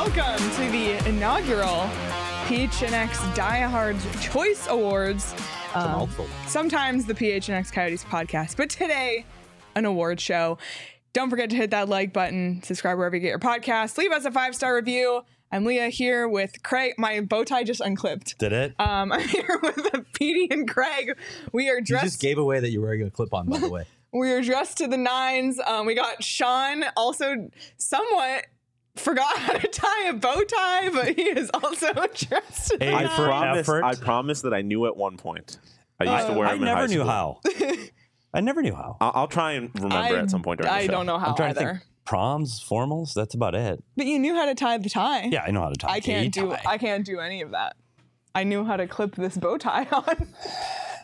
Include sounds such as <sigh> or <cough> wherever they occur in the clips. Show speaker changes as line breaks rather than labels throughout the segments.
to the inaugural PHNX Diehards Choice Awards. Um,
It's a mouthful.
Sometimes the PHNX Coyotes podcast, but today, an award show. Don't forget to hit that like button, subscribe wherever you get your podcast, leave us a five star review. I'm Leah here with Craig. My bow tie just unclipped.
Did it?
Uh,
Um, <laughs> I'm here with Petey and Craig. We are
you
dressed.
just gave away that you're wearing a clip on, by the <laughs> way.
We were dressed to the nines. Um, we got Sean also somewhat forgot how to tie a bow tie, but he is also <laughs> dressed to the
I
nines.
for
promise,
effort.
I promise that I knew at one point. I used to wear
I
them in high
never knew
school.
<laughs>
how. I never knew how.
I- I'll try and remember at some point during
I
the show.
don't know how
I'm trying
either.
to think. Proms, formals. That's about it.
But you knew how to tie the tie.
Yeah, I know how to tie.
I can't
a
do
tie.
I can't do any of that. I knew how to clip this bow tie <laughs> on.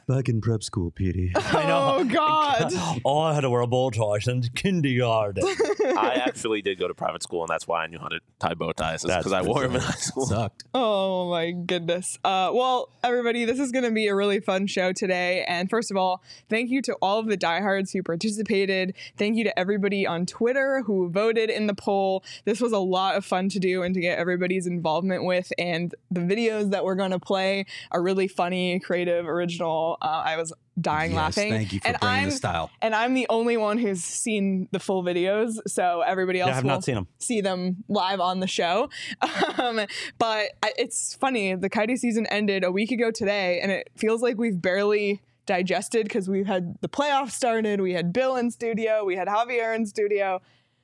Back in prep school, Petey.
I know.
Oh god.
<laughs> Oh, I had to wear a bow tie since
<laughs>
kindergarten.
I actually did go to private school, and that's why I knew how to tie bow ties.
That's
because I wore them in high
bizarre.
school.
Sucked.
Oh my goodness. Uh, well, everybody, this is going to be a really fun show today. And first of all, thank you to all of the diehards who participated. Thank you to everybody on Twitter who voted in the poll. This was a lot of fun to do and to get everybody's involvement with. And the videos that we're going to play are really funny, creative, original. Uh, I was dying laughing.
Thank you for
and
bringing
I'm
the style.
and I'm the only one who's seen the full videos, so everybody else
Yeah, I have
will
not seen them.
see them live on the show. <laughs> Um, but I, it's funny, the coyote season ended a week ago today, and it feels like we've barely digested because we've had the playoffs started, we had Bill in studio, we had Javier in studio.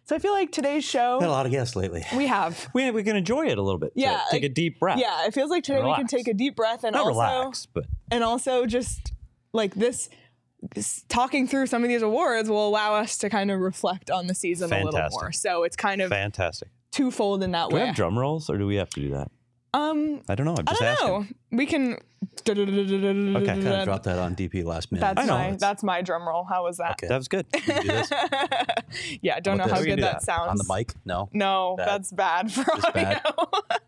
So I feel like today's
Had a
show
lot of guests lately.
we have.
We, we can enjoy it a little bit.
Yeah,
Take- Take a deep breath.
Yeah, it feels like today we can
Relax.
take a deep breath and
Not
also
relax, but
and also just like this, this talking through some of these awards will allow us to kind of reflect on the season a little
Fantastic.
more so it's kind of
fantastic.
twofold in that
Do we
way
have drum rolls or do we have to do that?
um
I don't know. I'm
i
just
don't
asking.
know Oh, we can
Kinda
Kind of dropped that on DP last minute.
that's
I know.
my that's my drum roll how was that
Okay.
That was good.
Can you do this?
<laughs> yeah <laughs> don't know
What
how
this? We can
good
do
that,
that.
sounds
on the mic? No.
no
Bad.
that's bad for
It's
audio <laughs>
bad.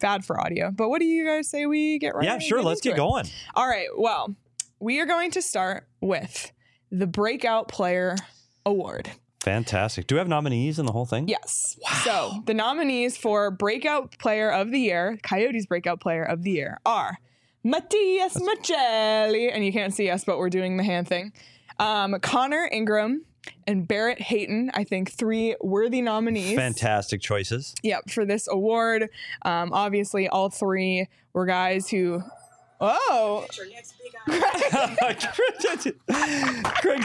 bad. for audio but what do you guys say we get right
yeah, sure. Let's
into
get
it?
going.
All right. Well, we are going to start with the Breakout Player Award.
Fantastic. Do we have nominees in the whole thing?
Yes. So the nominees for Breakout Player of the Year, Coyotes Breakout Player of the Year, are Matias Machelli, and you can't see us, but we're doing the hand thing. Um, Connor Ingram and Barrett Hayton. I think three worthy nominees.
Fantastic choices.
Yep, for this award. Um, obviously, all three were guys who. Oh,
<laughs> Craig's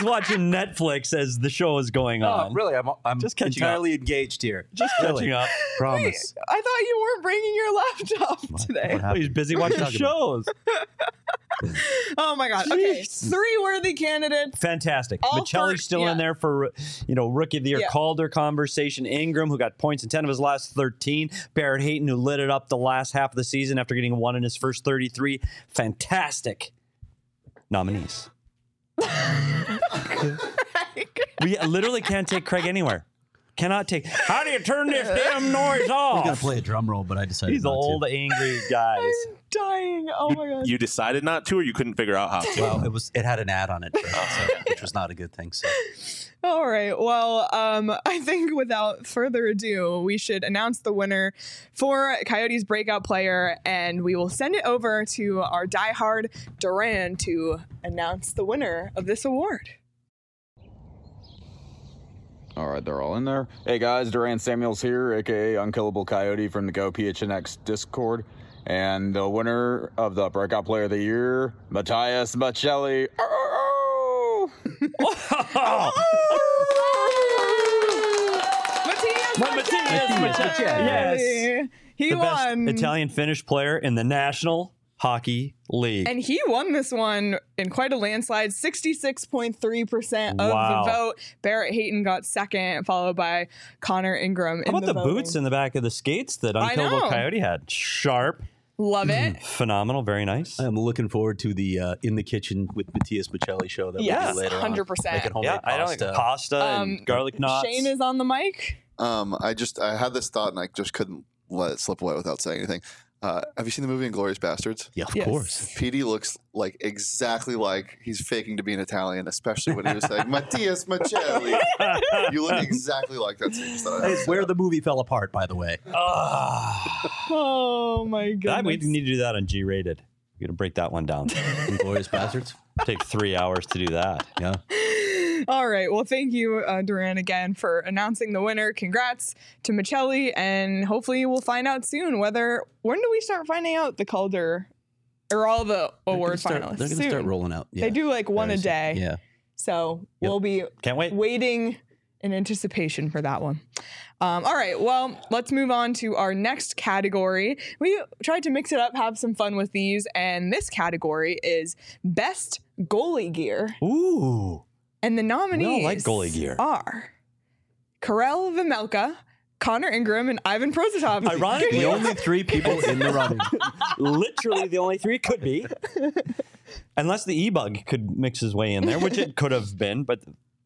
watching Netflix as the show is going on.
Oh, really? I'm, I'm
Just catching entirely
engaged here.
Just catching up.
Promise.
I thought you weren't bringing your laptop today.
What happened?
He's busy watching
talking about?
shows.
Oh my god. Okay. Three worthy candidates.
Fantastic.
All
Michelli's
for-
still
yeah.
in there for you know rookie of the year.
Yeah.
Calder conversation. Ingram, who got points in ten of his last thirteen. Barrett Hayton, who lit it up the last half of the season after getting one in his first thirty-three. Fantastic nominees. we literally can't take Craig anywhere. Cannot take. How do you turn this
<laughs>
damn noise
I was going
off?
to play a drum roll, but I decided
These
not
old
to.
angry
<laughs>
guys. <laughs>
Dying. Oh my god.
You decided not to, or you couldn't figure out how to.
Well, it was. It had an ad on it, first, so, which was not a good thing. So
All right. Well, um, <laughs> I think without further ado, we should announce the winner for Coyotes breakout player, and we will send it over to our diehard Duran to announce the winner of this award.
All right, they're all in there. Hey guys, Duran Samuels here, aka Unkillable Coyote from the Go PHNX Discord, and the winner of the Breakout Player of the Year, Matthias Machelli.
Oh,
Matthias
Well, Matthias
Machelli!
Machelli. Yes.
He
the best
won.
Italian Finnish player in the National Hockey League.
And he won this one in quite a landslide, 66.3% of
Wow.
the vote. Barrett Hayton got second, followed by Connor Ingram. in
How about the,
voting.
boots in the back of the skates that
I know.
Unkillable Coyote had? Sharp,
Love it.
Mm-hmm.
phenomenal, very nice.
I am looking forward to the uh, in the kitchen with Matthias Michelli show that
Yes,
we'll do later
100%.
on. Making homemade
yeah, I don't like
pasta.
pasta
Um,
and garlic knots.
Shane is on the mic.
Um, I just I had this thought and I just couldn't let it slip away without saying anything. Uh, have you seen the movie Inglorious Bastards?
Yeah, of
Yes.
course.
PD looks like exactly like he's faking to be an Italian, especially when he was saying Mattias Machelli. you look exactly like that. So you just thought I'd
It's
say
where
that.
the movie fell apart, by the way.
Oh my
That,
god.
we Ah, need to do that on G rated. You're gonna break that
<laughs>
one down.
Inglorious Bastards.
Take three hours to do that.
Yeah.
All right. Well, thank you, uh, Duran, again for announcing the winner. Congrats to Michelli, and hopefully we'll find out soon whether when do we start finding out the Calder or all the award
They're gonna
finalists.
start- They're going to
Soon.
start rolling out. Yeah.
They do like one
Very
a
soon.
day, <laughs>
Yeah.
so we'll be
Can't wait.
waiting in anticipation for that one. Um, all right, well, let's move on to our next category. We tried to mix it up, have some fun with these, and this category is best goalie gear.
Ooh.
And the
all
nominees
like goalie gear.
are Karel Vimelka, Connor Ingram, and Ivan Prozatov.
Ironically,
The only three people Oh, in
<laughs>
the running.
literally the only three it
<laughs>
could be. Unless the e bug could mix his way in there, which it could have been, but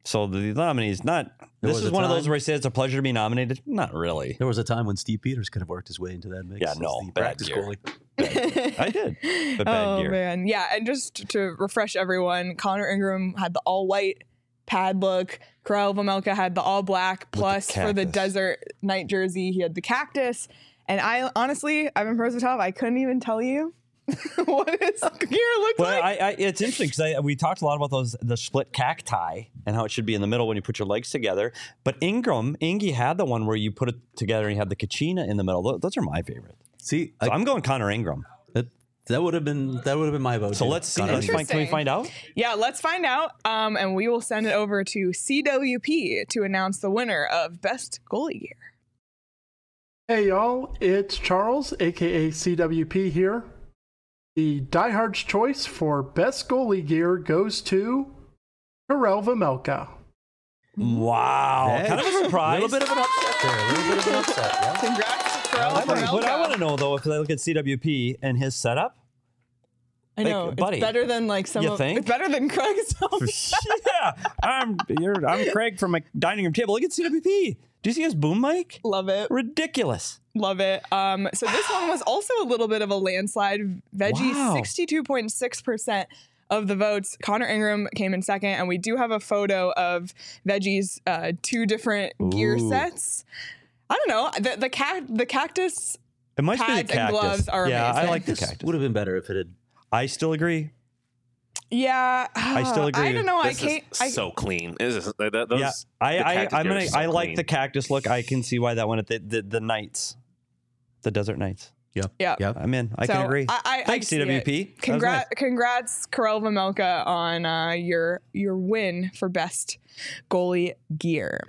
so the nominees not
There
this
was
is
a
one of those
time-
where I say it's a pleasure to be nominated. Not really.
<laughs> There was a time when Steve Peters could have worked his way into that mix.
Yeah,
as
no,
the
bad
practice
year.
goalie.
<laughs>
<laughs>
I did. But bad
oh
gear.
man, yeah. And just to refresh everyone, Connor Ingram had the all white pad look. Karel Vamelka had the all black. Plus for the
cactus.
desert night jersey, he had the cactus. And I honestly, Ivan Prozatov, I couldn't even tell you <laughs> what
<laughs>
his gear looked
Well,
like.
I, I, it's interesting because we talked a lot about those the split cacti and how it should be in the middle when you put your legs together. But Ingram, Ingy had the one where you put it together and you had the kachina in the middle. Tho- Those are my favorite.
See,
So
I,
I'm going Connor Ingram.
that, that would have been that would have been my vote.
So
too.
let's see.
Connor
Let's
Ingram.
find, can we
Interesting.
find out?
yeah, let's find out. Um, and we will send it over to CWP to announce the winner of best goalie gear.
Hey y'all, it's Charles, aka CWP here. The diehards choice for best goalie gear goes to Karel Vamelka.
Wow.
Hey,
Kind of <laughs> a surprise.
little bit of an upset there. A little bit of an upset.
Oh,
yeah.
Congrats to Karel
I wanna- what I
Vamelka.
want to know though, if I look at CWP and his setup, <laughs>
I
Like,
know.
buddy,
it's better than like some
you
of,
think?
it's better than Craig's own.
yeah, I'm you're, I'm Craig from my dining room table. Look at CWP. Do you see his boom mic?
Love it.
Ridiculous.
Love it. Um, so this one was also a little bit of a landslide. Veggie
Wow.
62.6% of the votes. Connor Ingram came in second, and we do have a photo of Veggie's uh, two different gear
Ooh.
sets. I don't know. The the, cac the cactus
It must be the
Pads and
cactus.
gloves are
yeah, I
amazing.
like the
This
cactus.
would have been better if it had.
I still agree.
yeah, <sighs> I
still agree.
I don't know. I
This
can't.
is
I,
so clean. This is, that, that- those,
yeah, I,
the
I
cactus
I'm
gear
gonna
is
I
so
like
clean.
the cactus look. I can see why that one at the the, the knights, the desert knights.
yeah.
Yeah.
I'm in. I
So,
can agree.
I- I- I
Thanks
see it.
CWP. That was
Congrats,
nice.
congrats, Karel Vamelka on uh, your your win for best goalie gear.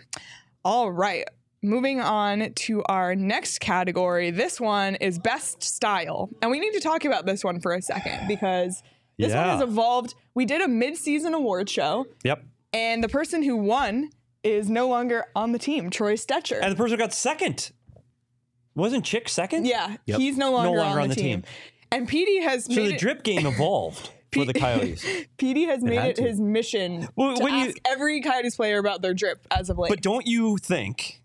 All right, moving on to our next category. This one is best style, and we need to talk about this one for a second because this
Yeah.
one has evolved. We did a mid-season award show,
Yep.
and the person who won is no longer on the team, Troy Stetcher.
And the person who got second wasn't Chick second.
yeah, he's no longer, on, the, team. And PD has
So
made
the
it-
drip
<laughs>
game evolved for the Coyotes.
PD has made
had
it
to.
his mission
Well,
to
when you-
ask every Coyotes player about their drip as of late.
But don't you think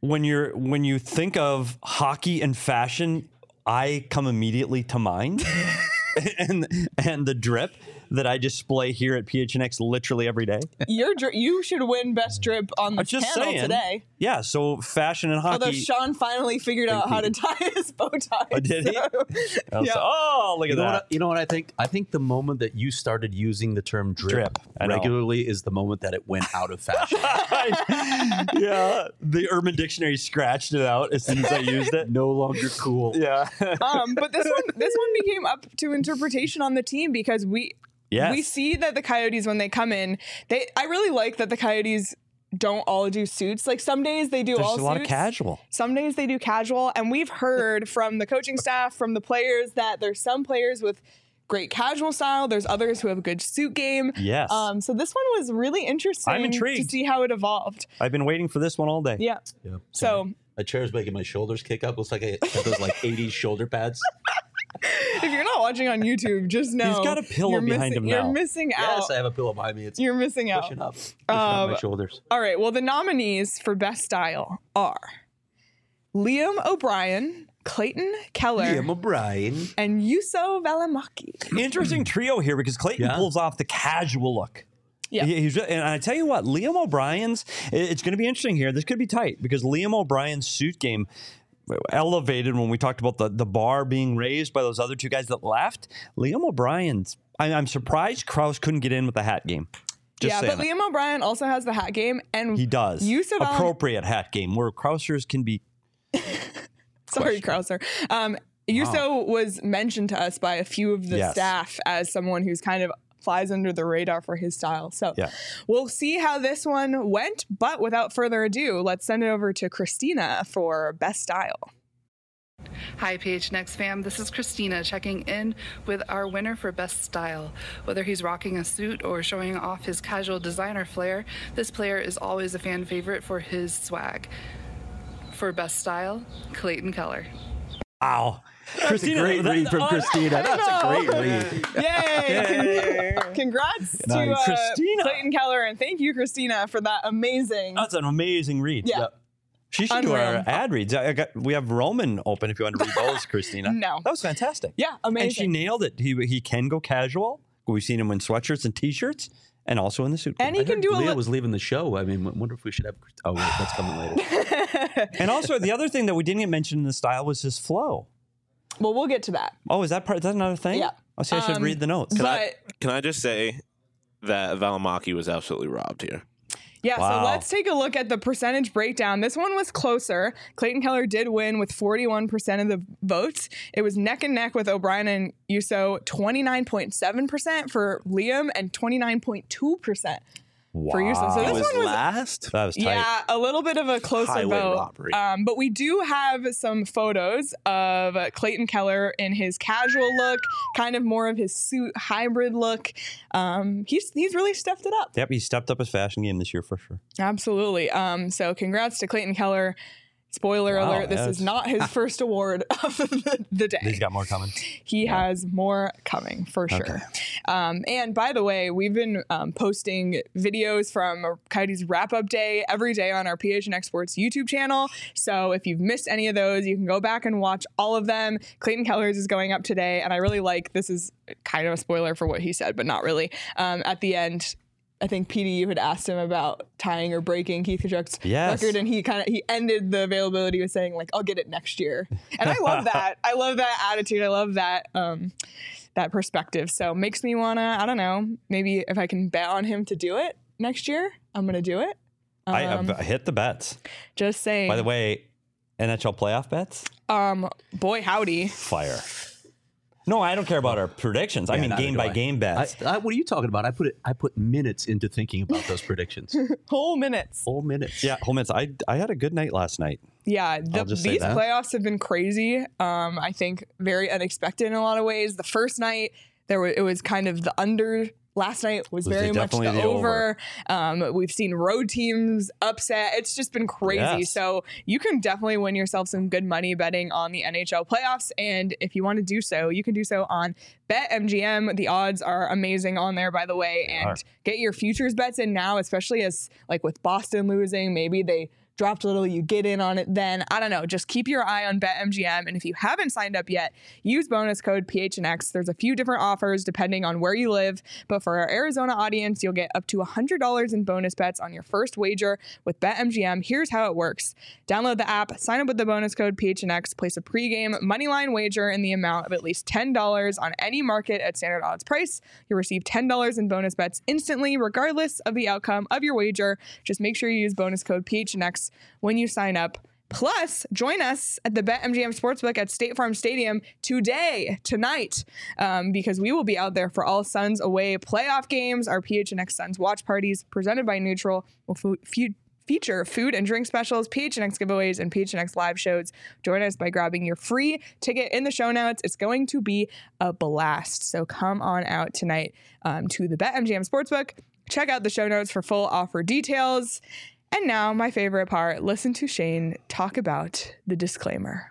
when you're when you think of hockey and fashion, I come immediately
<laughs>
to mind? <laughs> and and the drip that I display here at PHNX literally
<laughs>
every day.
Your dri- you should win best drip on the
I'm just
panel
saying.
today.
Yeah, so fashion and hockey.
Although Sean finally figured out how to tie his bow tie.
Oh, did he?
so-
Also-
yeah.
Oh, look
You
at
know, what I,
that.
you know what I think? I think the moment that you started using the term drip,
Drip, I know.
regularly is the moment that it went out of
<laughs>
fashion.
<laughs>
yeah, the Urban Dictionary scratched it out as soon as I
<laughs>
used it.
no longer cool.
Yeah.
um, but this one this one became up to interpretation on the team because we
Yes.
we see that the coyotes when they come in, they I really like that the coyotes don't all do suits. Like some days they do
There's
all
a lot of
suits.
casual.
Some days they do casual, and we've
<laughs>
heard from the coaching staff, from the players, that there's some players with great casual style. There's others who have a good suit game.
Yes.
Um, so this one was really interesting.
I'm
to
intrigued.
see how it evolved.
I've been waiting for this one all day.
Yeah.
Yeah.
So
a chair's making my shoulders kick up. Looks like I have those
<laughs>
like 80s shoulder pads.
if you're not watching on YouTube,
<laughs>
just know
got a pillow
you're
behind
missing-
him now.
You're missing out.
Yes, I have a pillow behind me. It's
you're missing out.
pushing up, pushing
Um,
up my shoulders.
All right. Well, the nominees for best style are Liam O'Brien, Clayton Keller
Liam O'Brien.
and Yuso Valimaki.
<clears throat>
Interesting trio here because Clayton
Yeah.
pulls off the casual look.
Yeah.
He- he's re- and I tell you what, Liam O'Brien's. i- It's going to be interesting here. This could be tight because Liam O'Brien's suit game uh, elevated when we talked about the, the bar being raised by those other two guys that left. Liam O'Brien's. I, I'm surprised Kraus couldn't get in with the hat game. Just
yeah,
saying
but
it.
Liam O'Brien also has the hat game, and
he does
Yusuf Al-
appropriate hat game where Krausers can be.
Sorry, Krauser. Um, Yuso was mentioned to us by a few of the
Yes.
staff as someone who's kind of flies under the radar for his style. So
Yeah.
we'll see how this one went. But without further ado, let's send it over to Christina for best
<laughs>
style.
Hi, PHNX fam. This is Christina checking in with our winner for Best Style. Whether he's rocking a suit or showing off his casual designer flair, this player is always a fan favorite for his swag. For Best Style, Clayton Keller.
Wow, Christina,
Great
that-
read from
oh,
Christina. That's a great read.
<laughs> Yay! Con- Congrats to
Nice.
uh,
Christina. Uh,
Clayton Keller, and thank you, Christina, for that amazing.
That's an amazing read.
Yeah.
She should do
Unreal.
our ad reads. I I got, we have Roman open if
<laughs>
you want to read those, Christina.
No.
That was fantastic.
yeah,
And she
amazing.
nailed it. He, he can go casual. We've seen him in sweatshirts and t shirts and also in the suit.
And he
game.
can do a
Leah
little.
was leaving the show. I mean, I wonder if we should have. Oh, wait, that's coming later.
and also, the other thing that we didn't get mentioned in the style was his flow.
well, we'll get to that.
Oh, is that part? Is that another thing?
Yeah.
Oh, see, I should
Um,
read the notes.
but
I- Can I just say that Valimaki was absolutely robbed here?
Yeah, so
Wow.
let's take a look at the percentage breakdown. This one was closer. Clayton Keller did win with 41% of the votes. It was neck and neck with O'Brien and Yuso, 29.7% for Liam and 29.2%. for you, so- so
Wow.
this
It was
one was-
last.
that was tight.
Yeah, a little bit of a closer
Highway
vote.
robbery.
Um, but we do have some photos of uh, Clayton Keller in his casual look, kind of more of his suit hybrid look. Um, he's he's really stuffed it up.
Yep, he stepped up his fashion game this year for sure.
Absolutely. Um, so congrats to Clayton Keller. Spoiler
Wow,
alert, this
that's-
is not his first award of <laughs> the, the day.
He's got more coming.
he has more coming for sure. Um, and by the way, we've been um, posting videos from Coyotes wrap up day every day on our PH and Exports YouTube channel. So if you've missed any of those, you can go back and watch all of them. Clayton Keller's is going up today, and I really like this is kind of a spoiler for what he said, but not really. Um, at the end, I think PD you had asked him about tying or breaking Keith Kachuk's
Yes.
record, and he kind of he ended the availability with saying like I'll get it next year, and I love that. I love that attitude. I love that um, that perspective. So makes me wanna I don't know maybe if I can bet on him to do it next year, I'm gonna do it.
I,
Um,
I hit the bets.
Just saying.
By the way, NHL playoff bets?
um, boy howdy,
fire. No, I don't care about our predictions. <laughs> I mean,
neither
game
do
by
I.
game
I,
bets.
I, what are you talking about? I put it. I put minutes into thinking about those
<laughs>
predictions.
whole minutes.
Full minutes.
yeah, whole minutes. I I had a good night last night.
Yeah, the,
I'll just say
these
that.
playoffs have been crazy. Um, I think very unexpected in a lot of ways. The first night there was it was kind of the under. Last night was
Was
very much the,
definitely the
over. Um, we've seen road teams upset. It's just been crazy.
Yes.
So you can definitely win yourself some good money betting on the NHL playoffs. And if you want to do so, you can do so on BetMGM. The odds are amazing on there, by the way. and
are.
get your futures bets in now, especially as like with Boston losing, maybe they dropped a little, you get in on it then. I don't know. Just keep your eye on BetMGM. And if you haven't signed up yet, use bonus code PHNX. There's a few different offers depending on where you live. But for our Arizona audience, you'll get up to $100 in bonus bets on your first wager with BetMGM. Here's how it works download the app, sign up with the bonus code PHNX, place a pregame moneyline wager in the amount of at least $10 on any market at standard odds price. You'll receive $10 in bonus bets instantly, regardless of the outcome of your wager. Just make sure you use bonus code PHNX when you sign up. Plus, join us at the BetMGM Sportsbook at State Farm Stadium today, tonight, um, because we will be out there for all Suns away playoff games, our PHNX Suns watch parties presented by Neutral. will fu- fu- feature food and drink specials, PHNX giveaways, and PHNX live shows. Join us by grabbing your free ticket in the show notes. It's going to be a blast. So come on out tonight um, to the BetMGM Sportsbook. Check out the show notes for full offer details. And now, my favorite part listen to Shane talk about the disclaimer.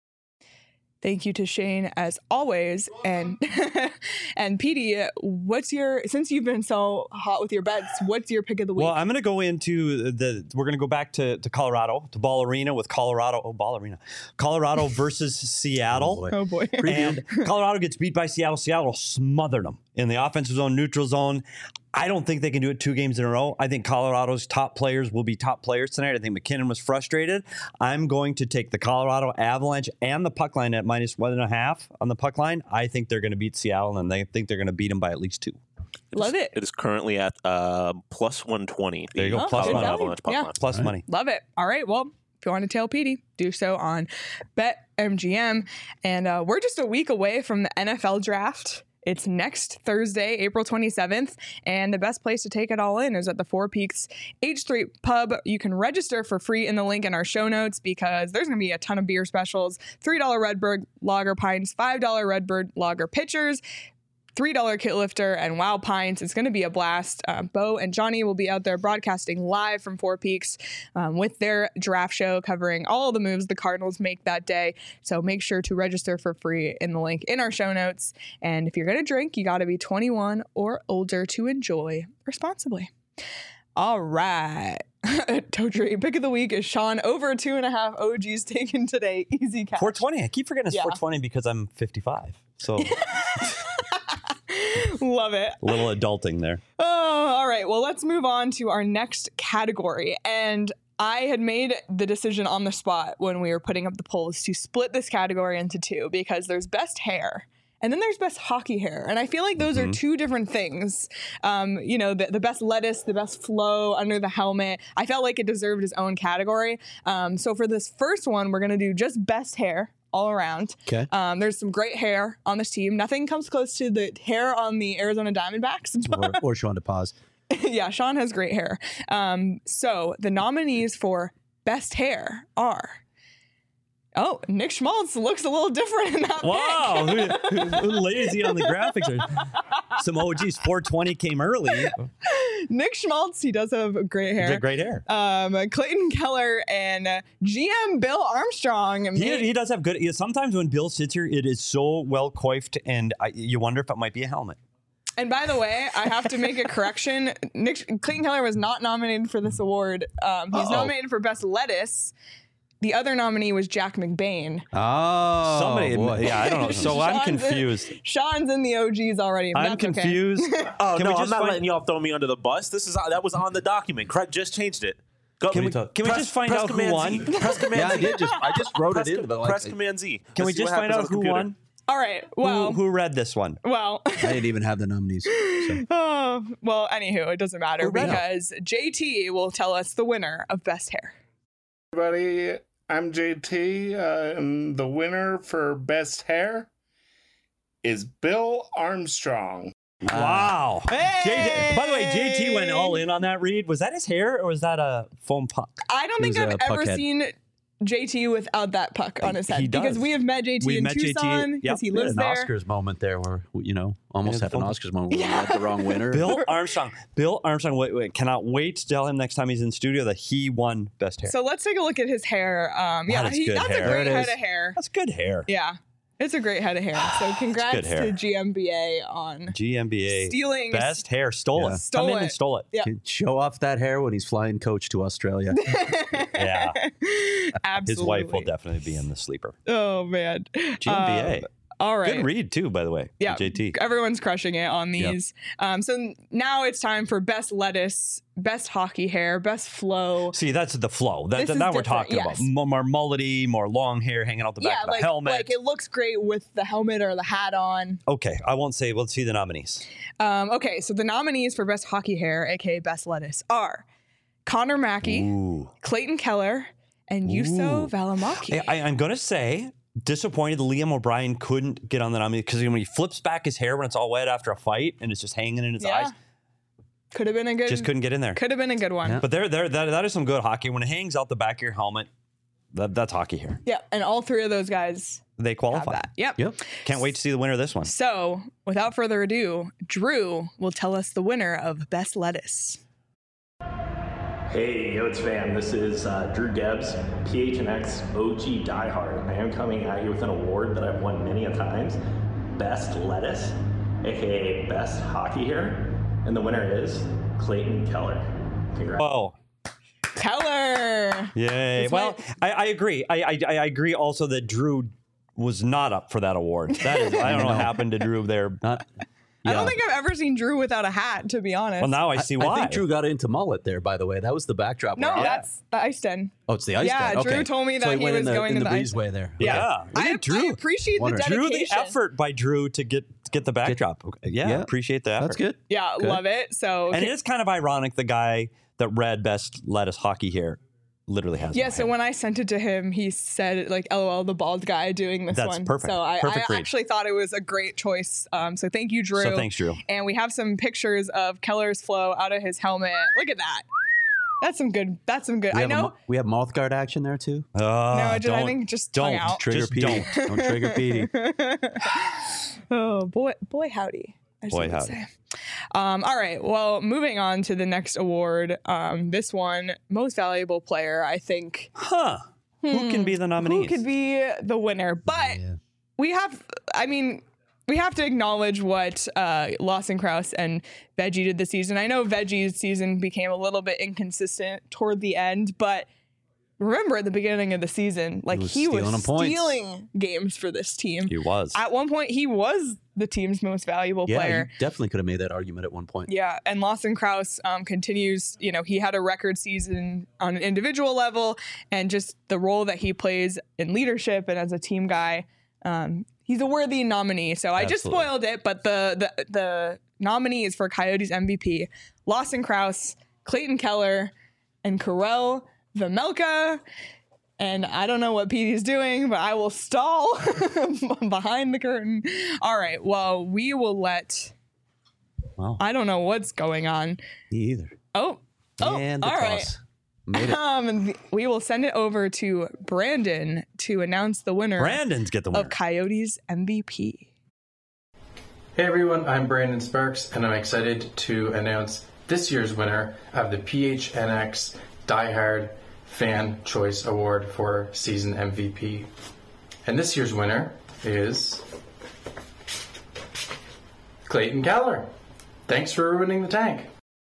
Thank you to Shane as always. And <laughs> and Petey, what's your since you've been so hot with your bets, what's your pick of the week?
Well, I'm going to go into the. We're going to go back to, to Colorado to Ball Arena with Colorado. Oh, Ball Arena,
<laughs>
Colorado versus Seattle.
oh boy.
and Colorado gets beat by Seattle. Seattle smothered them in the offensive zone, neutral zone. I don't think they can do it two games in a row. I think Colorado's top players will be top players tonight. I think McKinnon was frustrated. I'm going to take the Colorado Avalanche and the puck line at minus one and a half on the puck line. I think they're going to beat Seattle, and they think they're going to beat them by at least two.
Love it.
It is currently at uh, plus 120.
There you go,
Oh,
plus
good
one
value.
Avalanche puck
Yeah.
line.
Plus money.
Love it. All right. Well, if you want to tail Petey, do so on BetMGM. And uh, we're just a week away from the NFL draft. It's next Thursday, April 27th. And the best place to take it all in is at the Four Peaks H Street Pub. You can register for free in the link in our show notes because there's going to be a ton of beer specials $3 Redbird Lager Pints, $5 Redbird Lager Pitchers. $3 kit lifter and wow pints it's going to be a blast uh, bo and johnny will be out there broadcasting live from four peaks um, with their draft show covering all the moves the cardinals make that day so make sure to register for free in the link in our show notes and if you're going to drink you got to be 21 or older to enjoy responsibly all right <laughs> Totri, pick of the week is Sean over two and a half OGs taken today. <laughs> Easy catch.
420. I keep forgetting it's
Yeah.
420 because I'm 55. So a
Love it.
little <laughs> adulting there.
Oh, all right. Well, let's move on to our next category. And I had made the decision on the spot when we were putting up the polls to split this category into two because there's best hair and then there's best hockey hair. And I feel like those are two different things. Um, you know, the, the best lettuce, the best flow under the helmet. I felt like it deserved its own category. Um, so for this first one, we're going to do just best hair all around.
Okay.
Um, there's some great hair on this team. Nothing comes close to the hair on the Arizona Diamondbacks, but
or, or Sean DePaz.
<laughs> yeah, Sean has great hair. Um, so the nominees for best hair are. Oh, Nick Schmaltz looks a little different in that
Wow,
pic.
who, who- who lazy on the graphics. are- Some OGs. 420 came early.
Nick Schmaltz, he does have great hair.
Great hair.
Um, Clayton Keller and uh, GM Bill Armstrong.
He,
made-
he does have good. yeah, Sometimes when Bill sits here, it is so well coiffed, and I, you wonder if it might be a helmet.
And by the way, I have to make a correction. <laughs> Nick Clayton Keller was not nominated for this award. Um, he's nominated for best lettuce. The other nominee was Jack McBain.
Uh,
Oh,
Somebody, yeah, I don't
<laughs>
know. So I'm
Sean's in-
confused.
Sean's in the OGs already. but
I'm
that's okay.
confused.
<laughs>
Oh,
Can we
no, I'm
just
not
find-
letting y'all throw me under the bus. This is uh, That was on the document. Craig just changed it. Go,
Can we,
What are you
can we
Press-
just find
press
out who
Command
won?
Z. Press
<laughs>
Command
Yeah, I
Z.
did just. I just wrote
press,
it in, but like,
press
I,
Command Z.
Can we
Let's see
just
what
find
happens on
out
the
who
computer.
won?
All right.
Who,
Well,
who read this one?
well. <laughs>
I didn't even have the nominees. So.
Oh, well, anywho, it doesn't matter
Who read 'em?
because JT will tell us the winner of best hair.
everybody. I'm JT, uh, and the winner for best hair is Bill Armstrong.
uh,
Wow.
Hey!
JT, by the way, JT went all in on that read. Was that his hair or was that a foam puck?
I don't think
Who's,
I've
uh,
ever
Puckhead?
seen JT without that puck on his
He
head because
does.
we have met JT
We've
in
met JT,
Tucson
yep.
because he
We had an
lives there.
Oscars moment there where you know almost
Yeah,
had an
fumble.
Oscars moment where we had the wrong winner.
Bill
<laughs>
Armstrong. Bill Armstrong. Wait, wait. Cannot wait to tell him next time he's in studio that he won best hair.
So let's take a look at his hair. Um,
That
yeah,
is
he,
good
that's
hair.
a
There
great
it
head
is.
of hair.
That's good hair.
Yeah, it's a great head of
<sighs>
hair. So congrats to
hair.
GMBA on
GMBA.
stealing
Best hair. Stole
Yeah.
it.
Stole
Come in
it.
and stole it.
Yeah.
Can show off that hair when he's flying coach to
<laughs>
Australia.
<laughs>
Yeah.
Absolutely.
His wife will definitely be in the sleeper.
Oh man.
GMBA.
Um, all right.
Good read, too, by the way.
Yeah.
JT.
everyone's crushing it on
Yep.
these. Um, so n- now it's time for best lettuce, best hockey hair, best flow.
See, that's the flow. That,
This
that,
is
that we're
different,
talking
yes.
about. Mo- More mullety, more long hair hanging out the back
yeah,
of the
like
helmet.
like it looks great with the helmet or the hat on.
okay, I won't say. Let's see the nominees.
Um, okay, so the nominees for best hockey hair, aka best lettuce, are Connor Mackey,
Ooh.
Clayton Keller, and
Ooh.
Yuso Valimaki.
I, I, am going to say disappointed Liam O'Brien couldn't get on the nominee because when he flips back his hair when it's all wet after a fight and it's just hanging in his
Yeah.
eyes,
Could have been a good.
just couldn't get in there.
Could have been a good one. Yeah.
But there, there, that, that is some good hockey. When it hangs out the back of your helmet, that, that's hockey here.
and all three of those guys.
They qualify.
Yep.
Yep. Can't wait to see the winner of this one.
So, without further ado, Drew will tell us the winner of Best Lettuce.
Hey, Yotes fam, this is uh, Drew Debs, PHNX OG diehard. I am coming at you with an award that I've won many a times Best Lettuce, aka Best Hockey Here. And the winner is Clayton Keller. Congrats.
Oh,
Keller.
Yay.
That's
Well, I, I agree. I, I I agree also that Drew was not up for that award. That is, I don't know what happened to Drew there. Not,
I don't think I've ever seen Drew without a hat, to be honest.
I think Drew got into mullet there. By the way, that was the backdrop.
No,
we're on.
that's the ice den.
oh, it's the ice.
Yeah,
den.
Drew
Okay.
told me
So
that he
went in
was
the,
going
in
to
the
the ice-
breezeway there.
Yeah.
I, I appreciate the dedication.
Drew, the effort by Drew to get get the backdrop. Okay, yeah,
yeah.
appreciate the effort.
That's good.
Yeah,
Good.
love it. So,
And it is kind of ironic the guy that read best lettuce hockey here literally has.
yeah, so when I sent it to him, he said, like, lol, the bald guy doing this
That's
one.
perfect.
So, I,
Perfect
I
read.
actually thought it was a great choice. Um, so, thank you, Drew.
So thanks, Drew.
And we have some pictures of Keller's flow out of his helmet. Look at that. That's some good. That's some good.
We
I
have a
know.
mo- we have mouth guard action there too.
Ah,
no, just, I think just tongue out.
trigger
Just
Petey.
don't.
<laughs> don't trigger Petey.
<laughs> oh boy, boy howdy. I just
Boy
wanted to
howdy.
say. Um, all right. Well, moving on to the next award. Um, this one, most valuable player, I think.
Huh. Who can be
Hmm.
the
Who
nominees?
could be the winner? But we have. I mean. We have to acknowledge what uh, Lawson Krause and Veggie did this season. I know Veggie's season became a little bit inconsistent toward the end, but remember at the beginning of the season, like
was
he was
stealing 'em points.
stealing games for this team.
He was.
At one point, he was the team's most valuable
yeah,
player.
you definitely could have made that argument at one point.
Yeah, and Lawson Krause um, continues. You know, he had a record season on an individual level, and just the role that he plays in leadership and as a team guy, um, he's a worthy nominee. So I just
Absolutely.
spoiled it, but the the the nominee is for Coyotes MVP: Lawson Krause, Clayton Keller, and Karel Vemelka. And I don't know what Petey's doing, but I will stall <laughs> behind the curtain. All right. Well, we will let
Wow.
I don't know what's going on.
Me either.
Oh, oh,
and the
all right.
toss. Made it.
Um, and th- we will send it over to Brandon to announce the winner.
Brandon's get the
of Coyotes MVP.
Hey everyone, I'm Brandon Sparks, and I'm excited to announce this year's winner of the PHNX Diehard Fan Choice Award for Season MVP. And this year's winner is Clayton Keller. Thanks for ruining the tank.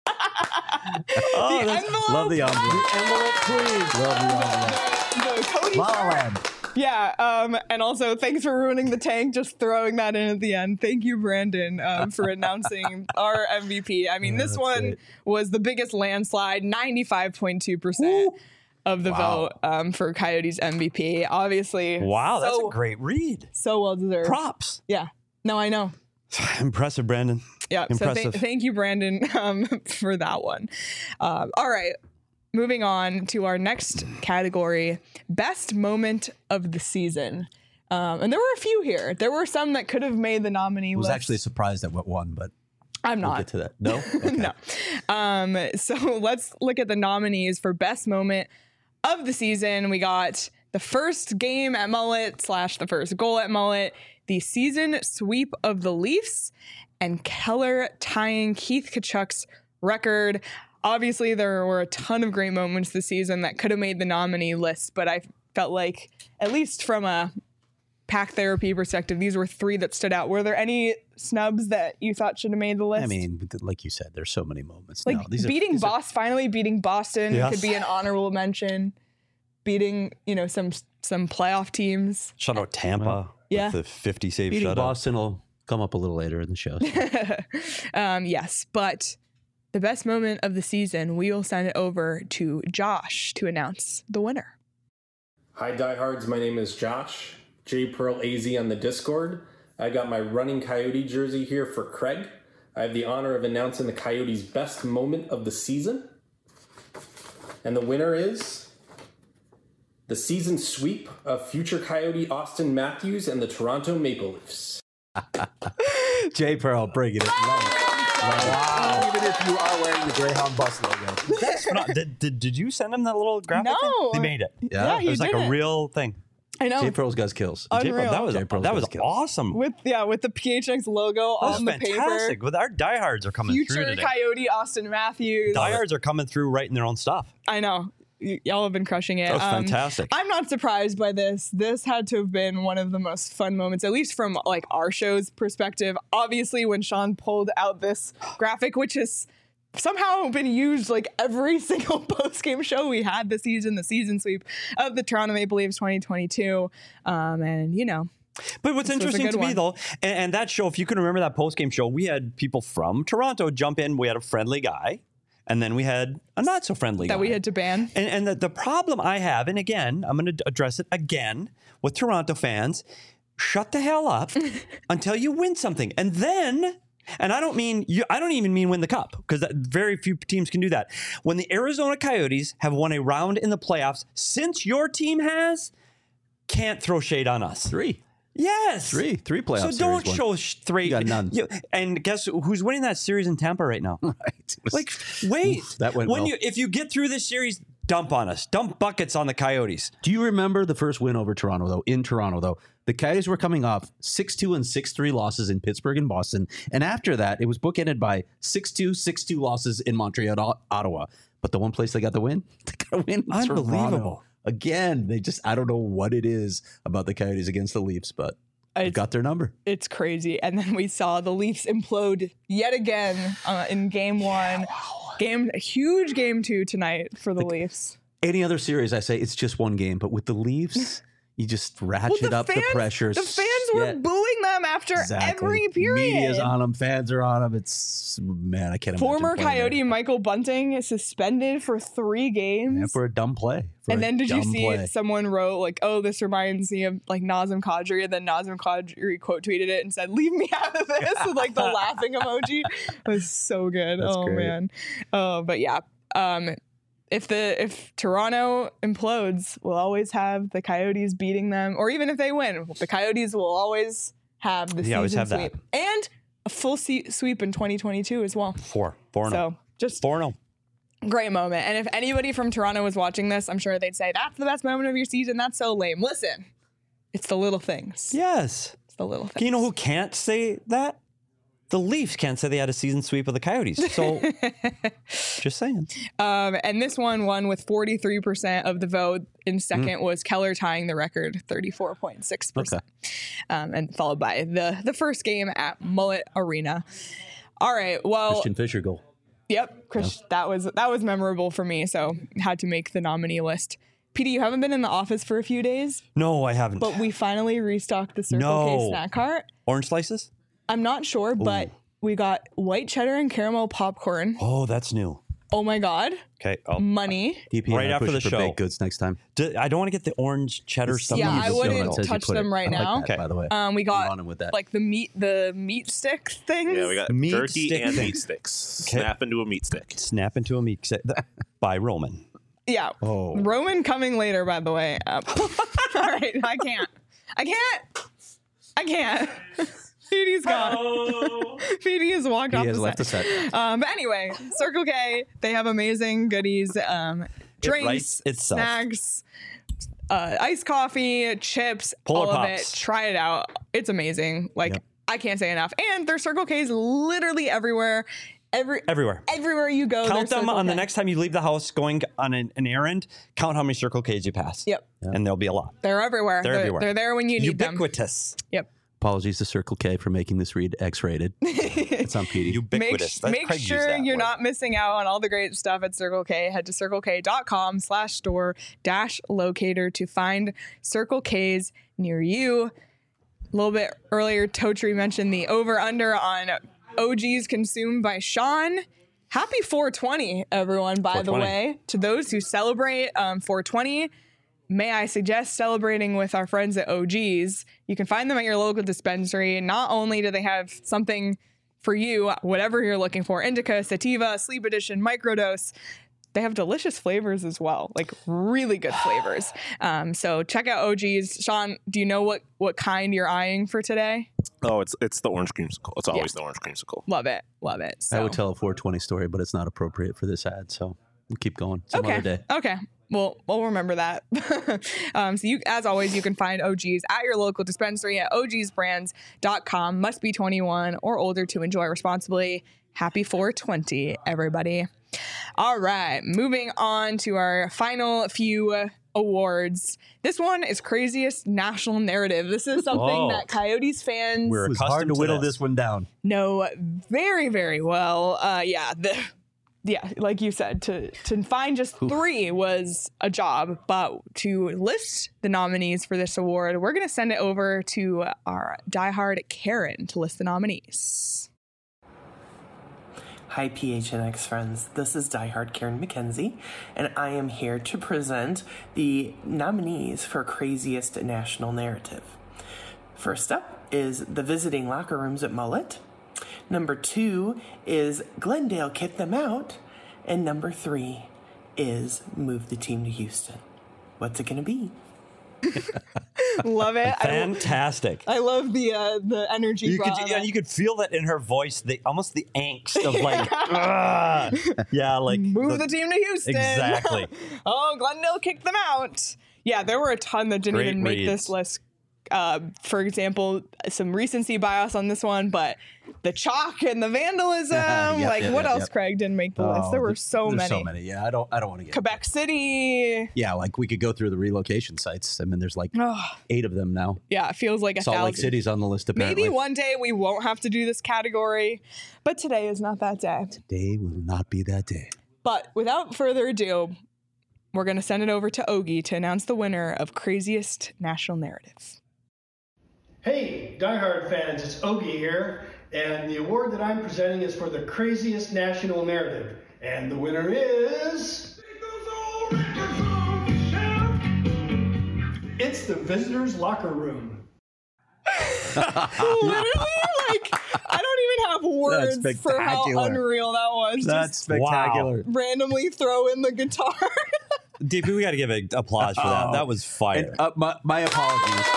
oh, that's,
love the envelope. please.
La La Land. Yeah, um, and also thanks for ruining the tank. Just throwing that in at the end. Thank you, Brandon, um, for announcing our MVP. I mean, this one was the biggest landslide, ninety-five point two percent of the
Wow.
vote um, for Coyotes MVP. Obviously,
Wow, that's
so,
a great read.
so well deserved.
Props.
Yeah. No, I know.
Impressive, Brandon.
Yeah. So
Impressive.
th- thank you, Brandon, <laughs> um, for that one. Um, all right. Moving on to our next category best moment of the season. Um, and there were a few here. There were some that could have made the nominee
I was
list.
actually surprised at what won, but
I'm
we'll
not.
get to that. No,
<laughs> Um, <laughs> so let's look at the nominees for best moment of the season. We got the first game at Mullet slash the first goal at Mullet, the season sweep of the Leafs, and Keller tying Keith Kachuk's record. Obviously, there were a ton of great moments this season that could have made the nominee list, but I felt like, at least from a pack therapy perspective, these were three that stood out. Were there any snubs that you thought should have made the list?
I mean, like you said, there's so many moments.
like
now. These are-
beating
these are-
Boston, finally beating Boston
Yes.
could be an honorable mention. Beating, you know, some some playoff teams. <laughs>
Shout out Tampa
Yeah.
with the 50 save
beating
shutout.
Boston will come up a little later in
<laughs>
the show.
Um, yes, but the best moment of the season, we will send it over to Josh to announce the winner.
Hi, diehards. My name is Josh, J Pearl AZ on the Discord. I got my running coyote jersey here for Craig. I have the honor of announcing the Coyotes' best moment of the season. And the winner is
the season sweep of future Coyote Austin Matthews and the Toronto Maple Leafs.
J Pearl, bringing it. Love it. Love it. Even if you are wearing the Greyhound bus logo.
That's what I- did, did, did you send him that little graphic? thing?
No.
They made it.
Yeah. Yeah,
It
you
was like
did
a
it.
real thing.
I know.
Pearl's got kills.
Unreal.
that was,
J. Pearl's
that
got
was
skills.
awesome.
With yeah, with the PHX logo
that was
on the
fantastic.
paper.
With our diehards are coming through
Future
today.
Coyote Austin Matthews.
Diehards are coming through writing their own stuff.
I know. Y- y'all have been crushing it. Um,
That was fantastic.
I'm not surprised by this. This had to have been one of the most fun moments, at least from like our show's perspective. Obviously, when Sean pulled out this graphic, which has somehow been used like every <laughs> single post-game show we had this season, the season sweep of the Toronto Maple Leafs 2022, um, and you know.
But what's
this was a
interesting
good
to me
one.
though, and, and that show, if you can remember that post game show, we had people from Toronto jump in. We had a friendly guy, and then we had a not so friendly guy.
that we had to ban.
And, and the, the problem I have, and again, I'm going to address it again with Toronto fans shut the hell up until you win something. And then. And I don't mean you, I don't even mean win the cup because very few teams can do that. When the Arizona Coyotes have won a round in the playoffs since your team has, can't throw shade on us. Three. Yes.
Three. Three playoff
So don't
series won.
show sh- three.
You
<laughs>
got none.
You- and guess who's winning that series in Tampa right now? Right. <laughs> Like, wait.
that went
when
well.
you if you get through this series, dump on us. Dump buckets on the Coyotes.
Do you remember the first win over Toronto though? In Toronto though, the Coyotes were coming off 6-2 and 6-3 losses in Pittsburgh and Boston, and after that it was bookended by 6-2, 6-2 losses in Montreal, Ottawa. But the one place they got the win, <laughs> they got a win. in Toronto.
Unbelievable.
Again, they just I don't know what it is about the Coyotes against the Leafs, but they
It's-
got their number.
It's crazy. And then we saw the Leafs implode yet again uh, in game one. Game huge game two tonight for the Leafs.
Any other series, I say it's just one game, but with
<laughs>
the Leafs, you just ratchet
the
up
fans-
the pressure.
The fans were
Yeah.
booing them after every period.
Media's on them. Fans are on them. It's man, I can't.
Former
imagine playing
Coyote Michael Bunting is suspended for three
there. Yeah,
games.
for a dumb play. For
and
a
then did you
dumb
see
play.
someone wrote like, "Oh, this reminds me of like Nazem Kadri," and then Nazem Kadri quote tweeted it and said, "Leave me <laughs> out of this," with like the laughing emoji. It was so good.
That's
oh
great.
man. Oh, but yeah. Um, if the if Toronto implodes, we'll always have the Coyotes beating them, or even if they win, the Coyotes will always have the
Yeah,
season
always have that.
sweep and a full se- sweep in 2022 as well.
Four. Four and
So just
four and
Great moment. And if anybody from Toronto was watching this, I'm sure they'd say, that's the best moment of your season. That's so lame. Listen, it's the little things.
Yes.
It's the little things.
You know who can't say that? The Leafs can't say they had a season sweep of the Coyotes. So
<laughs>
just saying.
Um, and this one won with 43% of the vote. In second was Keller tying the record, 34.6%. Um, and followed by the, the first game at Mullet Arena. All right. Well,
Christian Fisher goal.
Yep, Chris. That was that was memorable for me. So had to make the nominee list. Petey, you haven't been in the office for a few days,
No, I haven't.
but we finally restocked the Circle K
No.
snack cart.
Orange slices?
I'm not sure, but we got white cheddar and caramel popcorn.
Oh, that's new.
Oh my god,
Okay. I'll,
money!
DP and
Right
I
after
push
the
for
show.
baked goods next time.
D- I don't want to get the orange cheddar stuff.
yeah, I wouldn't
says you
touch
put it.
them right
I like
now.
that, Okay. by the way.
um, we got
running with that.
like the meat, the meat stick things.
Yeah, we got
Meat
jerky
stick
and
thing.
meat sticks.
Okay.
Snap into a meat stick.
Snap into a meat set- <laughs> by Roman.
Yeah.
Oh.
Roman coming later, by the way. Uh, <laughs> all right, I can't. I can't. I can't. <laughs> Petey's <laughs> gone. Petey has walked
He
off.
has
the
left
set.
the set.
Um, but anyway, Circle K, they have amazing goodies, um, drinks,
writes itself.
snacks, uh, iced coffee, chips,
Polar
all of it.
Pops.
Try it out. It's amazing. Like I can't say enough. And their Circle K is literally everywhere. Every
Everywhere.
everywhere you go. there's
count them
Circle
on the
K.
next time you leave the house going on an, an errand. Count how many Circle K's you pass.
Yep.
And there'll be a lot.
They're everywhere.
They're everywhere.
They're there when you need them.
Ubiquitous.
Yep.
Apologies to Circle K for making this read
<laughs>
X-rated. it's on PD.
Make, make sure you're not missing out on all the great stuff at Circle K. Head to circlek.com slash store dash locator to find Circle K's near you. A little bit earlier, Totri mentioned the over under on OGs consumed by Sean. Happy 420, everyone, by the
420.
way. To those who celebrate um, 420, may I suggest celebrating with our friends at OG's? You can find them at your local dispensary. Not only do they have something for you, whatever you're looking for indica, sativa, sleep edition, microdose, they have delicious flavors as well, like really good flavors. Um, so check out OG's. Sean, do you know what what kind you're eyeing for today?
Oh, it's it's the orange creamsicle. It's always
Yeah.
the orange creamsicle.
Love it, love it. So.
I would tell a 420 story, but it's not appropriate for this ad. So we'll keep going some
okay.
other day.
Okay. Well, we'll remember that. <laughs> um, so, you, as always, you can find OGs at your local dispensary at ogsbrands.com. Must be 21 or older to enjoy responsibly. Happy 420, everybody. All right, moving on to our final few awards. This one is craziest national narrative. This is something
Oh.
that Coyotes fans
We're
It's hard
accustomed
to
to
whittle
that.
this one down.
know very very well uh yeah the, yeah like you said to to find just three was a job but to list the nominees for this award we're going to send it over to our diehard karen to list the nominees
Hi, PHNX friends. This is diehard Karen McKenzie, and I am here to present the nominees for Craziest National Narrative. First up is The Visiting Locker Rooms at Mullet. Number two is Glendale Kicked Them Out. And number three is Move the Team to Houston. What's it going to be?
love
<laughs>
it I, lo-
Fantastic.
I love the uh the energy
You could,
brought on
yeah,
that.
you could feel that in her voice, the almost the angst
<laughs>
of like, "Ah." yeah, like
move the, team to Houston. <laughs>
Exactly.
oh, Glendale kicked them out. Yeah, there were a ton that didn't
Great
even make
reads.
this list. Uh, for example, some recency bias on this one, but the chalk and the vandalism.
<laughs> Yep,
like,
yep,
what
yep,
else,
yep.
Craig, didn't make the list? There
Oh,
were
th-
so
there's
many.
So many. Yeah, I don't. I don't want to get.
Quebec City.
Yeah, like we could go through the relocation sites. I mean, there's like
Ugh.
eight of them now.
Yeah, it feels like a
Salt Lake
thousand.
City's on the list apparently.
Maybe one day we won't have to do this category, but today is not that day.
day will not be that day.
But without further ado, we're going to send it over to Ogie to announce the winner of Craziest National Narrative.
Hey, diehard fans, it's Ogie here, and the award that I'm presenting is for the craziest national narrative, and the winner is. It's the visitors' locker room.
Literally, like, I
<laughs>
don't even have words for how
spectacular.
unreal that was.
That's spectacular.
Wow. Randomly throw in the guitar. <laughs>
DP, we got to give it applause for that. That was fire.
And, uh, my, my apologies.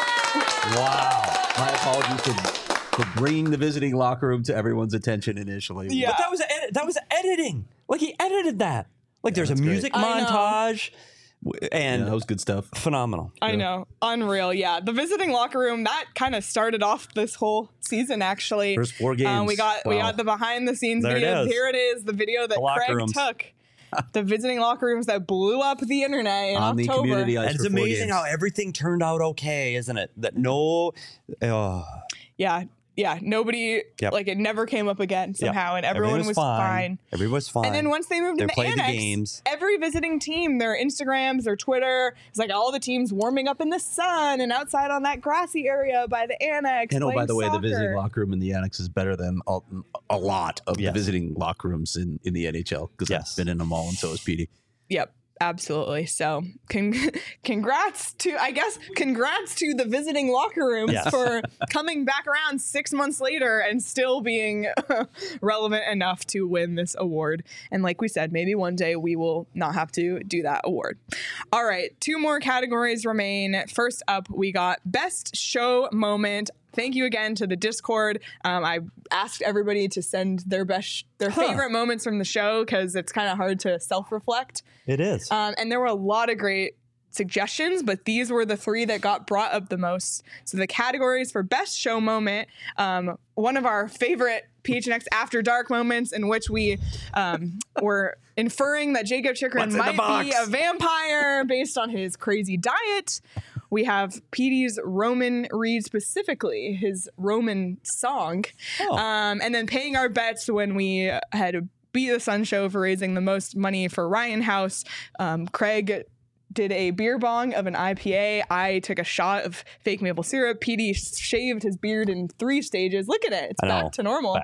wow. My apologies for, for bringing the visiting locker room to everyone's attention initially.
But that was edi- that was editing. Like he edited that. Like there's a
great.
music
I know.
montage, w- and
that was good stuff.
Phenomenal.
I know. Unreal. Yeah. The visiting locker room, that kind of started off this whole season actually.
First four
Uh, we
games.
got we
Wow.
got the behind the scenes
There it
video.
is.
Here it is, the video that
The locker
Craig
rooms.
took.
<laughs>
the visiting locker rooms that blew up the internet in
On the
October.
community ice It's for four amazing games. how everything turned out okay, isn't it? That no, uh,
Yeah. Yeah. Nobody
Yep.
like it never came up again somehow and
Everything
everyone was, fine.
Everyone was fine.
And then once they moved
They
into
played the
annex,
games.
every visiting team, their Instagrams, their Twitter, it's like all the teams warming up in the sun and outside on that grassy area by the annex.
And oh, by
playing
the way, the visiting
soccer.
locker room in the annex is better than a, a lot of the visiting locker rooms in, in the NHL because I've been in them all, and so has Petey.
Yep, absolutely. So, con- <laughs> congrats to I guess congrats to the visiting locker rooms
Yes.
for coming back around six months later and still being <laughs> relevant enough to win this award. And like we said, maybe one day we will not have to do that award. All right, two more categories remain. First up, we got best show moment. Thank you again to the Discord. Um, I asked everybody to send their best, their favorite moments from the show because it's kind of hard to self-reflect.
it is.
Um, and there were a lot of great suggestions, but these were the three that got brought up the most. So the categories for best show moment, um, one of our favorite PHNX After Dark moments, in which we um, were inferring that Jacob
What's
Chikrin
in the
might be
box?
a vampire based on his crazy diet. We have Petey's Roman read specifically his Roman song, um, and then paying our bets when we had be the Sun Show for raising the most money for Ryan House. Um, Craig did a beer bong of an IPA. I took a shot of fake maple syrup. Petey shaved his beard in three stages. Look at it; it's
I
back
know.
to normal.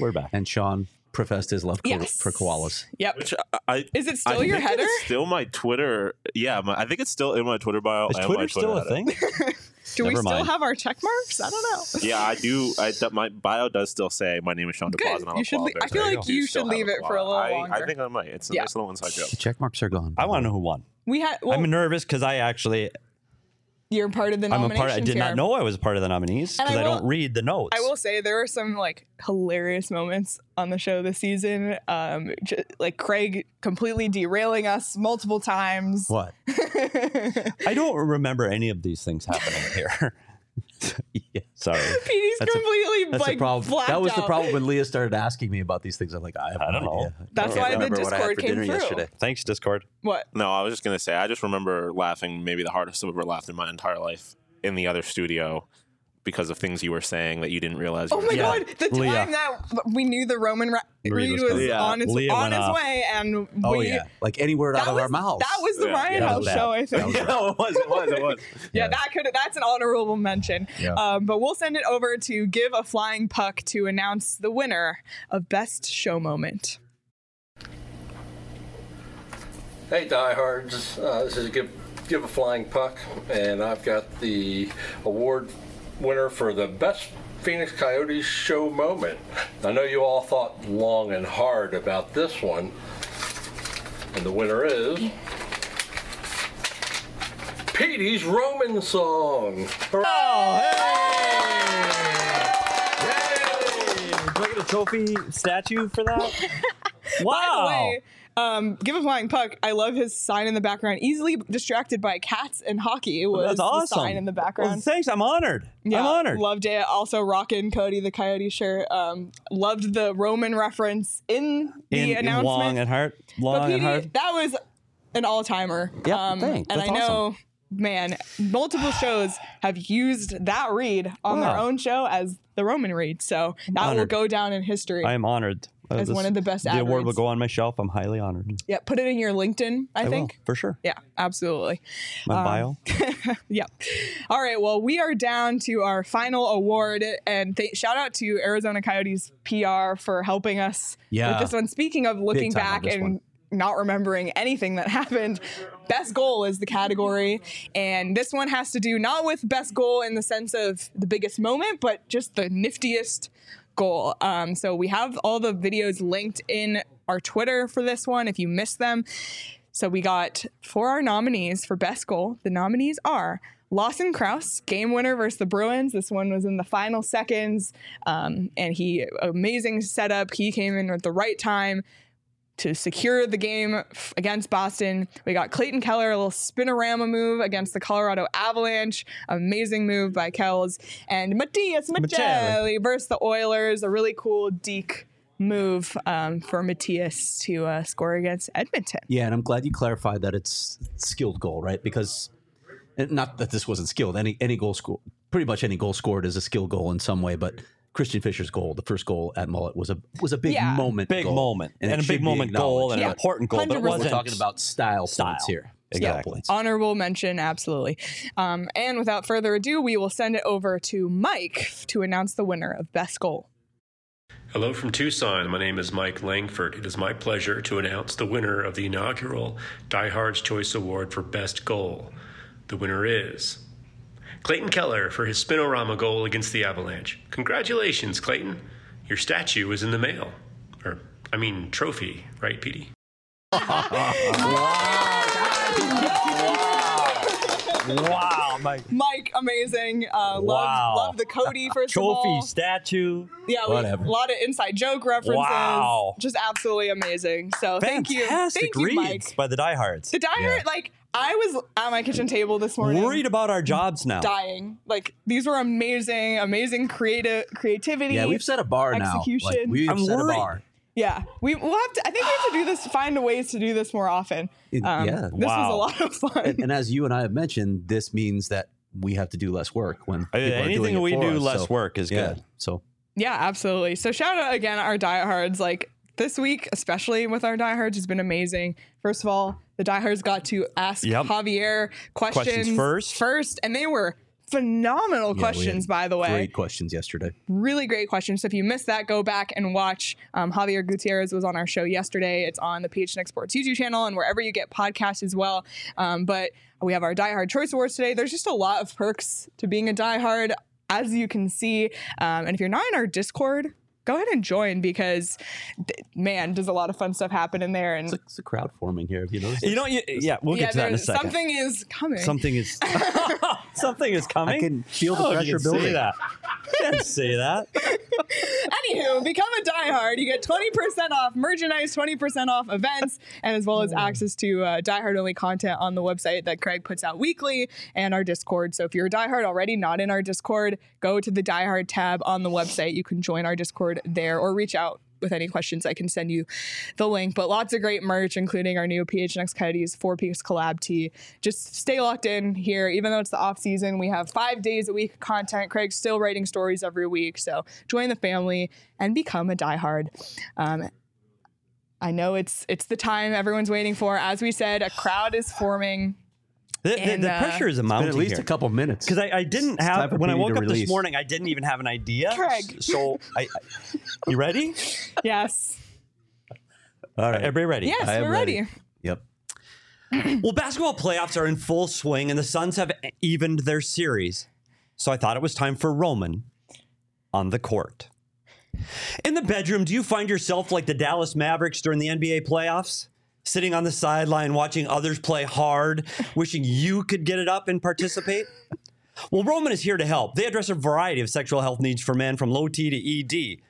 We're back. And Sean professed his love
Yes.
for koalas.
Yep.
Which I, I-
Is it still
I
your
think it is
header?
Still my Twitter. Yeah, my, I think it's still in my Twitter bio.
Is
and my
Twitter still a
Twitter header.
Do we
Never
still
mind.
have our check marks? I don't know.
Yeah, I do. I, th- my bio does still say my name is Sean
Good.
DePlaus. and I'm
You
a
should
koala
le-
bear,
I feel
so
like
do
you
still
should
have
leave
a
it for a
koala.
little
I-
longer.
I think I might. It's a
Yeah.
nice little inside joke.
The check marks are gone. I want to know who won.
We had. Well,
I'm nervous because I actually
you're part of the
I'm a
nominations
part. I did
here.
not know I was a part of the nominees
And
because
I
I, don't
will-
read the notes.
I <laughs> will say there are some like hilarious moments on the show this season. Um, j- like Craig completely derailing us multiple times. <laughs>
What? I don't remember any of these things happening here. <laughs> Yeah, sorry.
Petey's
That's a-
completely
That's
like
the problem.
blacked
That was the
out.
problem when Leah started asking me about these things. I'm like, I have no idea.
That's why the Discord came through.
Thanks, Discord.
What?
No, I was just gonna say. I just remember laughing, maybe the hardest I've ever laughed in my entire life, in the other studio, because of things you were saying that you didn't realize. You
Oh
were
my
saying.
god! The time that we knew the Roman Ra-
Reed
Reed
was
was
coming. Yeah.
on its
Leah
on
went
his
off.
way, and we
Oh yeah, like any word out of our mouths.
that was the
Yeah.
Ryan
That
House
was bad.
show, I
That
think.
was
Yeah,
bad.
it was. It was. It was.
that could that's an honorable mention.
Yeah.
Um, but we'll send it over to give a flying puck to announce the winner of best show moment.
Hey, diehards. Uh, this is Give, Give a Flying Puck, and I've got the award winner for the best Phoenix Coyotes show moment. I know you all thought long and hard about this one, and the winner is. Petey's Roman song.
Do I get a trophy statue for that?
<laughs> By
Wow.
the way, um, give a flying puck. I love his sign in the background. Easily distracted by cats and hockey. It was
Oh, That's awesome.
the sign in the
Well,
background.
thanks. I'm honored. I'm honored.
Loved it. Also, rocking Cody the Coyote shirt. Um, loved the Roman reference in the
in, in
announcement.
long and hard.
but
Long and
PD,
hard.
that was an all timer.
Yep, thanks.
And
That's
I know, man, multiple shows have used that read on their
Wow.
own show as the Roman read. So that will
honored.
go down in history.
I am honored. Uh,
As one of the best
The award will
average.
go on my shelf. I'm highly honored.
Yeah, put it in your LinkedIn. I,
I will,
think
for sure.
Yeah, absolutely.
My
Um,
bio.
<laughs> yeah. All right. Well, we are down to our final award, and th- shout out to Arizona Coyotes PR for helping us
Yeah.
with this one. Speaking of looking
time on
back
this
and.
one.
Not remembering anything that <laughs> happened. Best goal is the category. And this one has to do not with best goal in the sense of the biggest moment, but just the niftiest goal. Um, so we have all the videos linked in our Twitter for this one if you missed them. So we got for our nominees for best goal. The nominees are Lawson Krause, game winner versus the Bruins. This one was in the final seconds, um, and he amazing setup. He came in at the right time to secure the game f- against Boston. We got Clayton Keller, a little spinorama move against the Colorado Avalanche. Amazing move by Kells. And Matias Macelli
Macelli.
versus the Oilers. A really cool deke move um, for Matias to uh, score against Edmonton.
Yeah, and I'm glad you clarified that it's skilled goal, right? Because and not that this wasn't skilled. Any any goal scored, pretty much any goal scored is a skilled goal in some way. But Christian Fisher's goal, the first goal at Mullet, was a was a big
Yeah.
moment,
Big
goal.
moment.
it
And a
should
big
be
moment goal and an
acknowledged.
important goal, but it
100%.
We're
wasn't-
talking about style,
Style.
points here.
Exactly.
Style points.
Honorable mention, absolutely. Um, and without further ado, we will send it over to Mike to announce the winner of Best Goal.
Hello from Tucson. My name is Mike Langford. It is my pleasure to announce the winner of the inaugural Die Hard's Choice Award for Best Goal. The winner is Clayton Keller for his spinorama goal against the Avalanche. Congratulations, Clayton. Your statue is in the mail. Or, I mean, trophy, right, Petey?
wow, Mike.
Mike, amazing. Uh, love,
Wow.
love the
<laughs>
Cody first of
Trophy
all.
statue.
yeah, we- a lot of inside joke references.
Wow.
Just absolutely amazing. So thank you.
Fantastic
Thank you,
reads
Mike.
by the diehards.
The diary, like, I was at my kitchen table this morning.
Worried about our jobs now.
Dying. Like, these were amazing, amazing creative creativity.
Yeah, we've set a bar now. Like,
execution.
we've set a bar.
Yeah, we will have to. I think we have to do this. Find ways to do this more often.
It-
Um,
yeah.
this was a lot of fun.
And, and as you and I have mentioned, this means that we have to do less work when people are doing
Uh, anything
it
we
for
do
us,
less
so-
work is
yeah,
good.
So
Yeah, absolutely. So shout out again our diehards. Like this week, especially with our diehards, has been amazing. First of all, the diehards got to ask
Yep.
Javier questions,
Questions first.
first, and they were phenomenal
Yeah, we
questions.
had
By the way,
great questions yesterday.
really great question. So if you missed that, go back and watch. Um, Javier Gutierrez was on our show yesterday. It's on the PH Next Sports YouTube channel and wherever you get podcasts as well. Um, but We have our Diehard Choice Awards today. There's just a lot of perks to being a Diehard, as you can see. Um, and if you're not in our Discord, go ahead and join because, d- man, does a lot of fun stuff happen in there. And
It's a crowd forming here. If you notice,
You know, y- yeah, we'll get to that in a
there's-
second.
Something is coming.
Something
<laughs>
is something is coming. I Oh, can
feel the pressure building.
Say that. I
<laughs>
can't say that.
Anywho, become a diehard. You get 20% off merchandise, 20% off events, and as well as access to uh, diehard only content on the website that Craig puts out weekly and our Discord. So if you're a diehard already not in our Discord, go to the diehard tab on the website. You can join our Discord there or reach out with any questions. I can send you the link. But lots of great merch, including our new PHNX Coyotes four piece collab tee. Just stay locked in here. Even though it's the off season, we have five days a week of content. Craig's still writing stories every week. So join the family and become a diehard. Um, I know it's it's the time everyone's waiting for. As we said, a crowd is forming.
The, the-
And,
the
uh,
pressure is
It's been
amounting.
at least a couple minutes.
Because I, I didn't have
time for
when I
Petey to
woke up this
release.
morning, I didn't even have an idea.
Craig.
So I, I you
<laughs>
ready?
Yes.
All right, everybody ready?
Yes, we're ready.
Yep. <laughs> well, basketball playoffs are in full swing, and the Suns have e-, evened their series. So I thought it was time for Roman on the court. In the bedroom, do you find yourself like the Dallas Mavericks during the NBA playoffs? Sitting on the sideline watching others play hard, <laughs> wishing you could get it up and participate? <laughs> Well, Roman is here to help. They address a variety of sexual health needs for men from low T to E ED.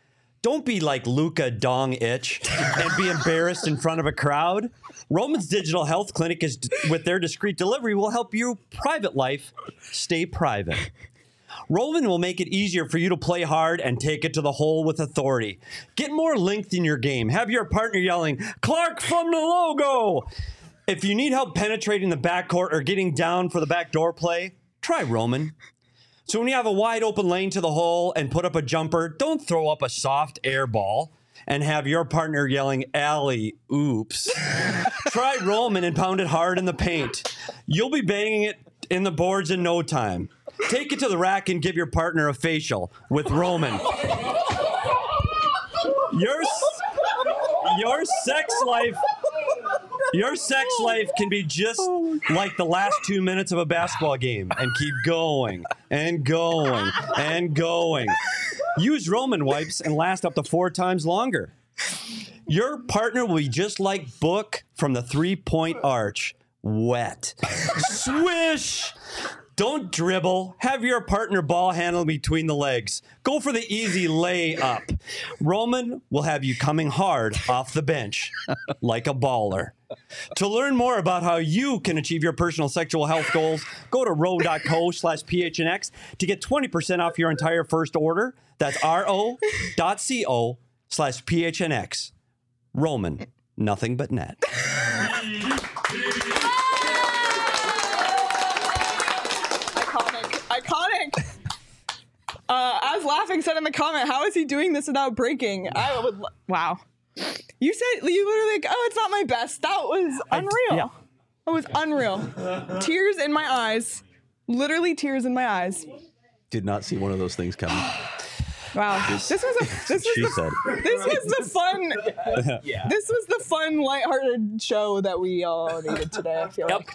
Don't be like Luca Dong Itch and be embarrassed in front of a crowd. Roman's digital health clinic is with their discreet delivery will help your private life stay private. Roman will make it easier for you to play hard and take it to the hole with authority. Get more length in your game. Have your partner yelling, Clark from the logo. If you need help penetrating the backcourt or getting down for the backdoor play, try Roman. So when you have a wide open lane to the hole and put up a jumper, don't throw up a soft air ball and have your partner yelling, Alley, oops. <laughs> Try Roman and pound it hard in the paint. You'll be banging it in the boards in no time. Take it to the rack and give your partner a facial with Roman. Your, s- your sex life your sex life can be just like the last two minutes of a basketball game and keep going and going and going. Use Roman wipes and last up to four times longer. Your partner will be just like Book from the three point arch wet. Swish! Don't dribble. Have your partner ball handle between the legs. Go for the easy layup. Roman will have you coming hard off the bench like a baller. To learn more about how you can achieve your personal sexual health goals, go to ro.co slash phnx to get 20% off your entire first order. That's ro.co slash phnx. Roman, nothing but net.
Iconic. Iconic. Uh, as laughing said in the comment, how is he doing this without breaking? I would. lo- Wow. You said you literally like, oh, it's not my best. That was unreal.
yeah.
It was unreal. tears in my eyes. Literally tears in my eyes.
Did not see one of those things coming.
Wow. This was a this
she
was
<gasps>
said.
the, this was the fun
Yeah.
this was the fun lighthearted show that we all needed today, I feel like.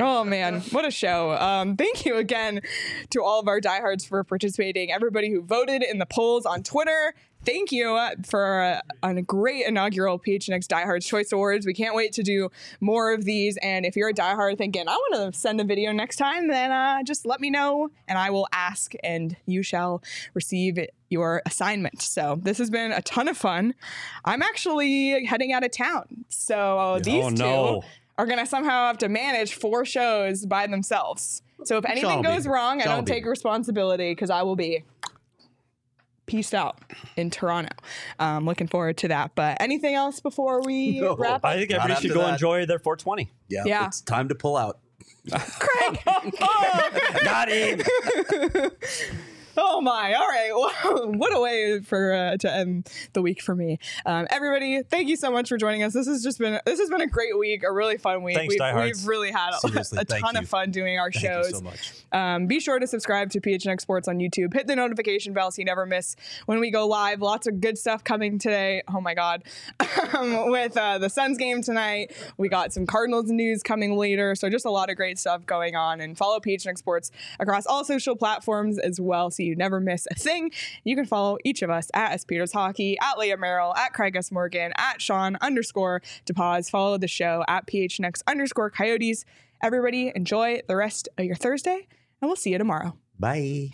Oh man, what a show. Um, thank you again to all of our diehards for participating. Everybody who voted in the polls on Twitter, thank you uh, for uh, a great inaugural PHNX Diehards Choice Awards. We can't wait to do more of these. And if you're a diehard thinking, I want to send a video next time, then uh, just let me know and I will ask and you shall receive your assignment. So this has been a ton of fun. I'm actually heading out of town. So uh, these
Oh,
two
no.
are going to somehow have to manage four shows by themselves. So if anything
Shall be.
goes wrong, I
Shall
don't
be.
take responsibility because I will be peaced out in Toronto. Um, looking forward to that. But anything else
<laughs>
before we wrap up?
I think
Not
everybody
after
should go
that.
enjoy their 420.
Yeah,
Yeah.
It's time to pull out.
Craig.
Got him.
Oh my! All right, <laughs> well, what a way for uh, to end the week for me. Um, everybody, thank you so much for joining us. This has just been this has been a great week, a really fun week.
Thanks,
we've,
diehards.
we've really had a, <laughs>
Seriously,
a
thank
ton
you.
of fun doing our
Thank you
shows.
so much.
Um, be sure to subscribe to PHNX Sports on YouTube. Hit the notification bell so you never miss when we go live. Lots of good stuff coming today. Oh my God. <laughs> Um, with uh, the Suns game tonight, we got some Cardinals news coming later. So just a lot of great stuff going on. And follow PHNX Sports across all social platforms as well so you never miss a thing. You can follow each of us at S. Peters Hockey, at Leah Merrill, at Craig S. Morgan, at Sean underscore DePaz. Follow the show at PHNX underscore Coyotes. Everybody, enjoy the rest of your Thursday, and we'll see you tomorrow.
Bye.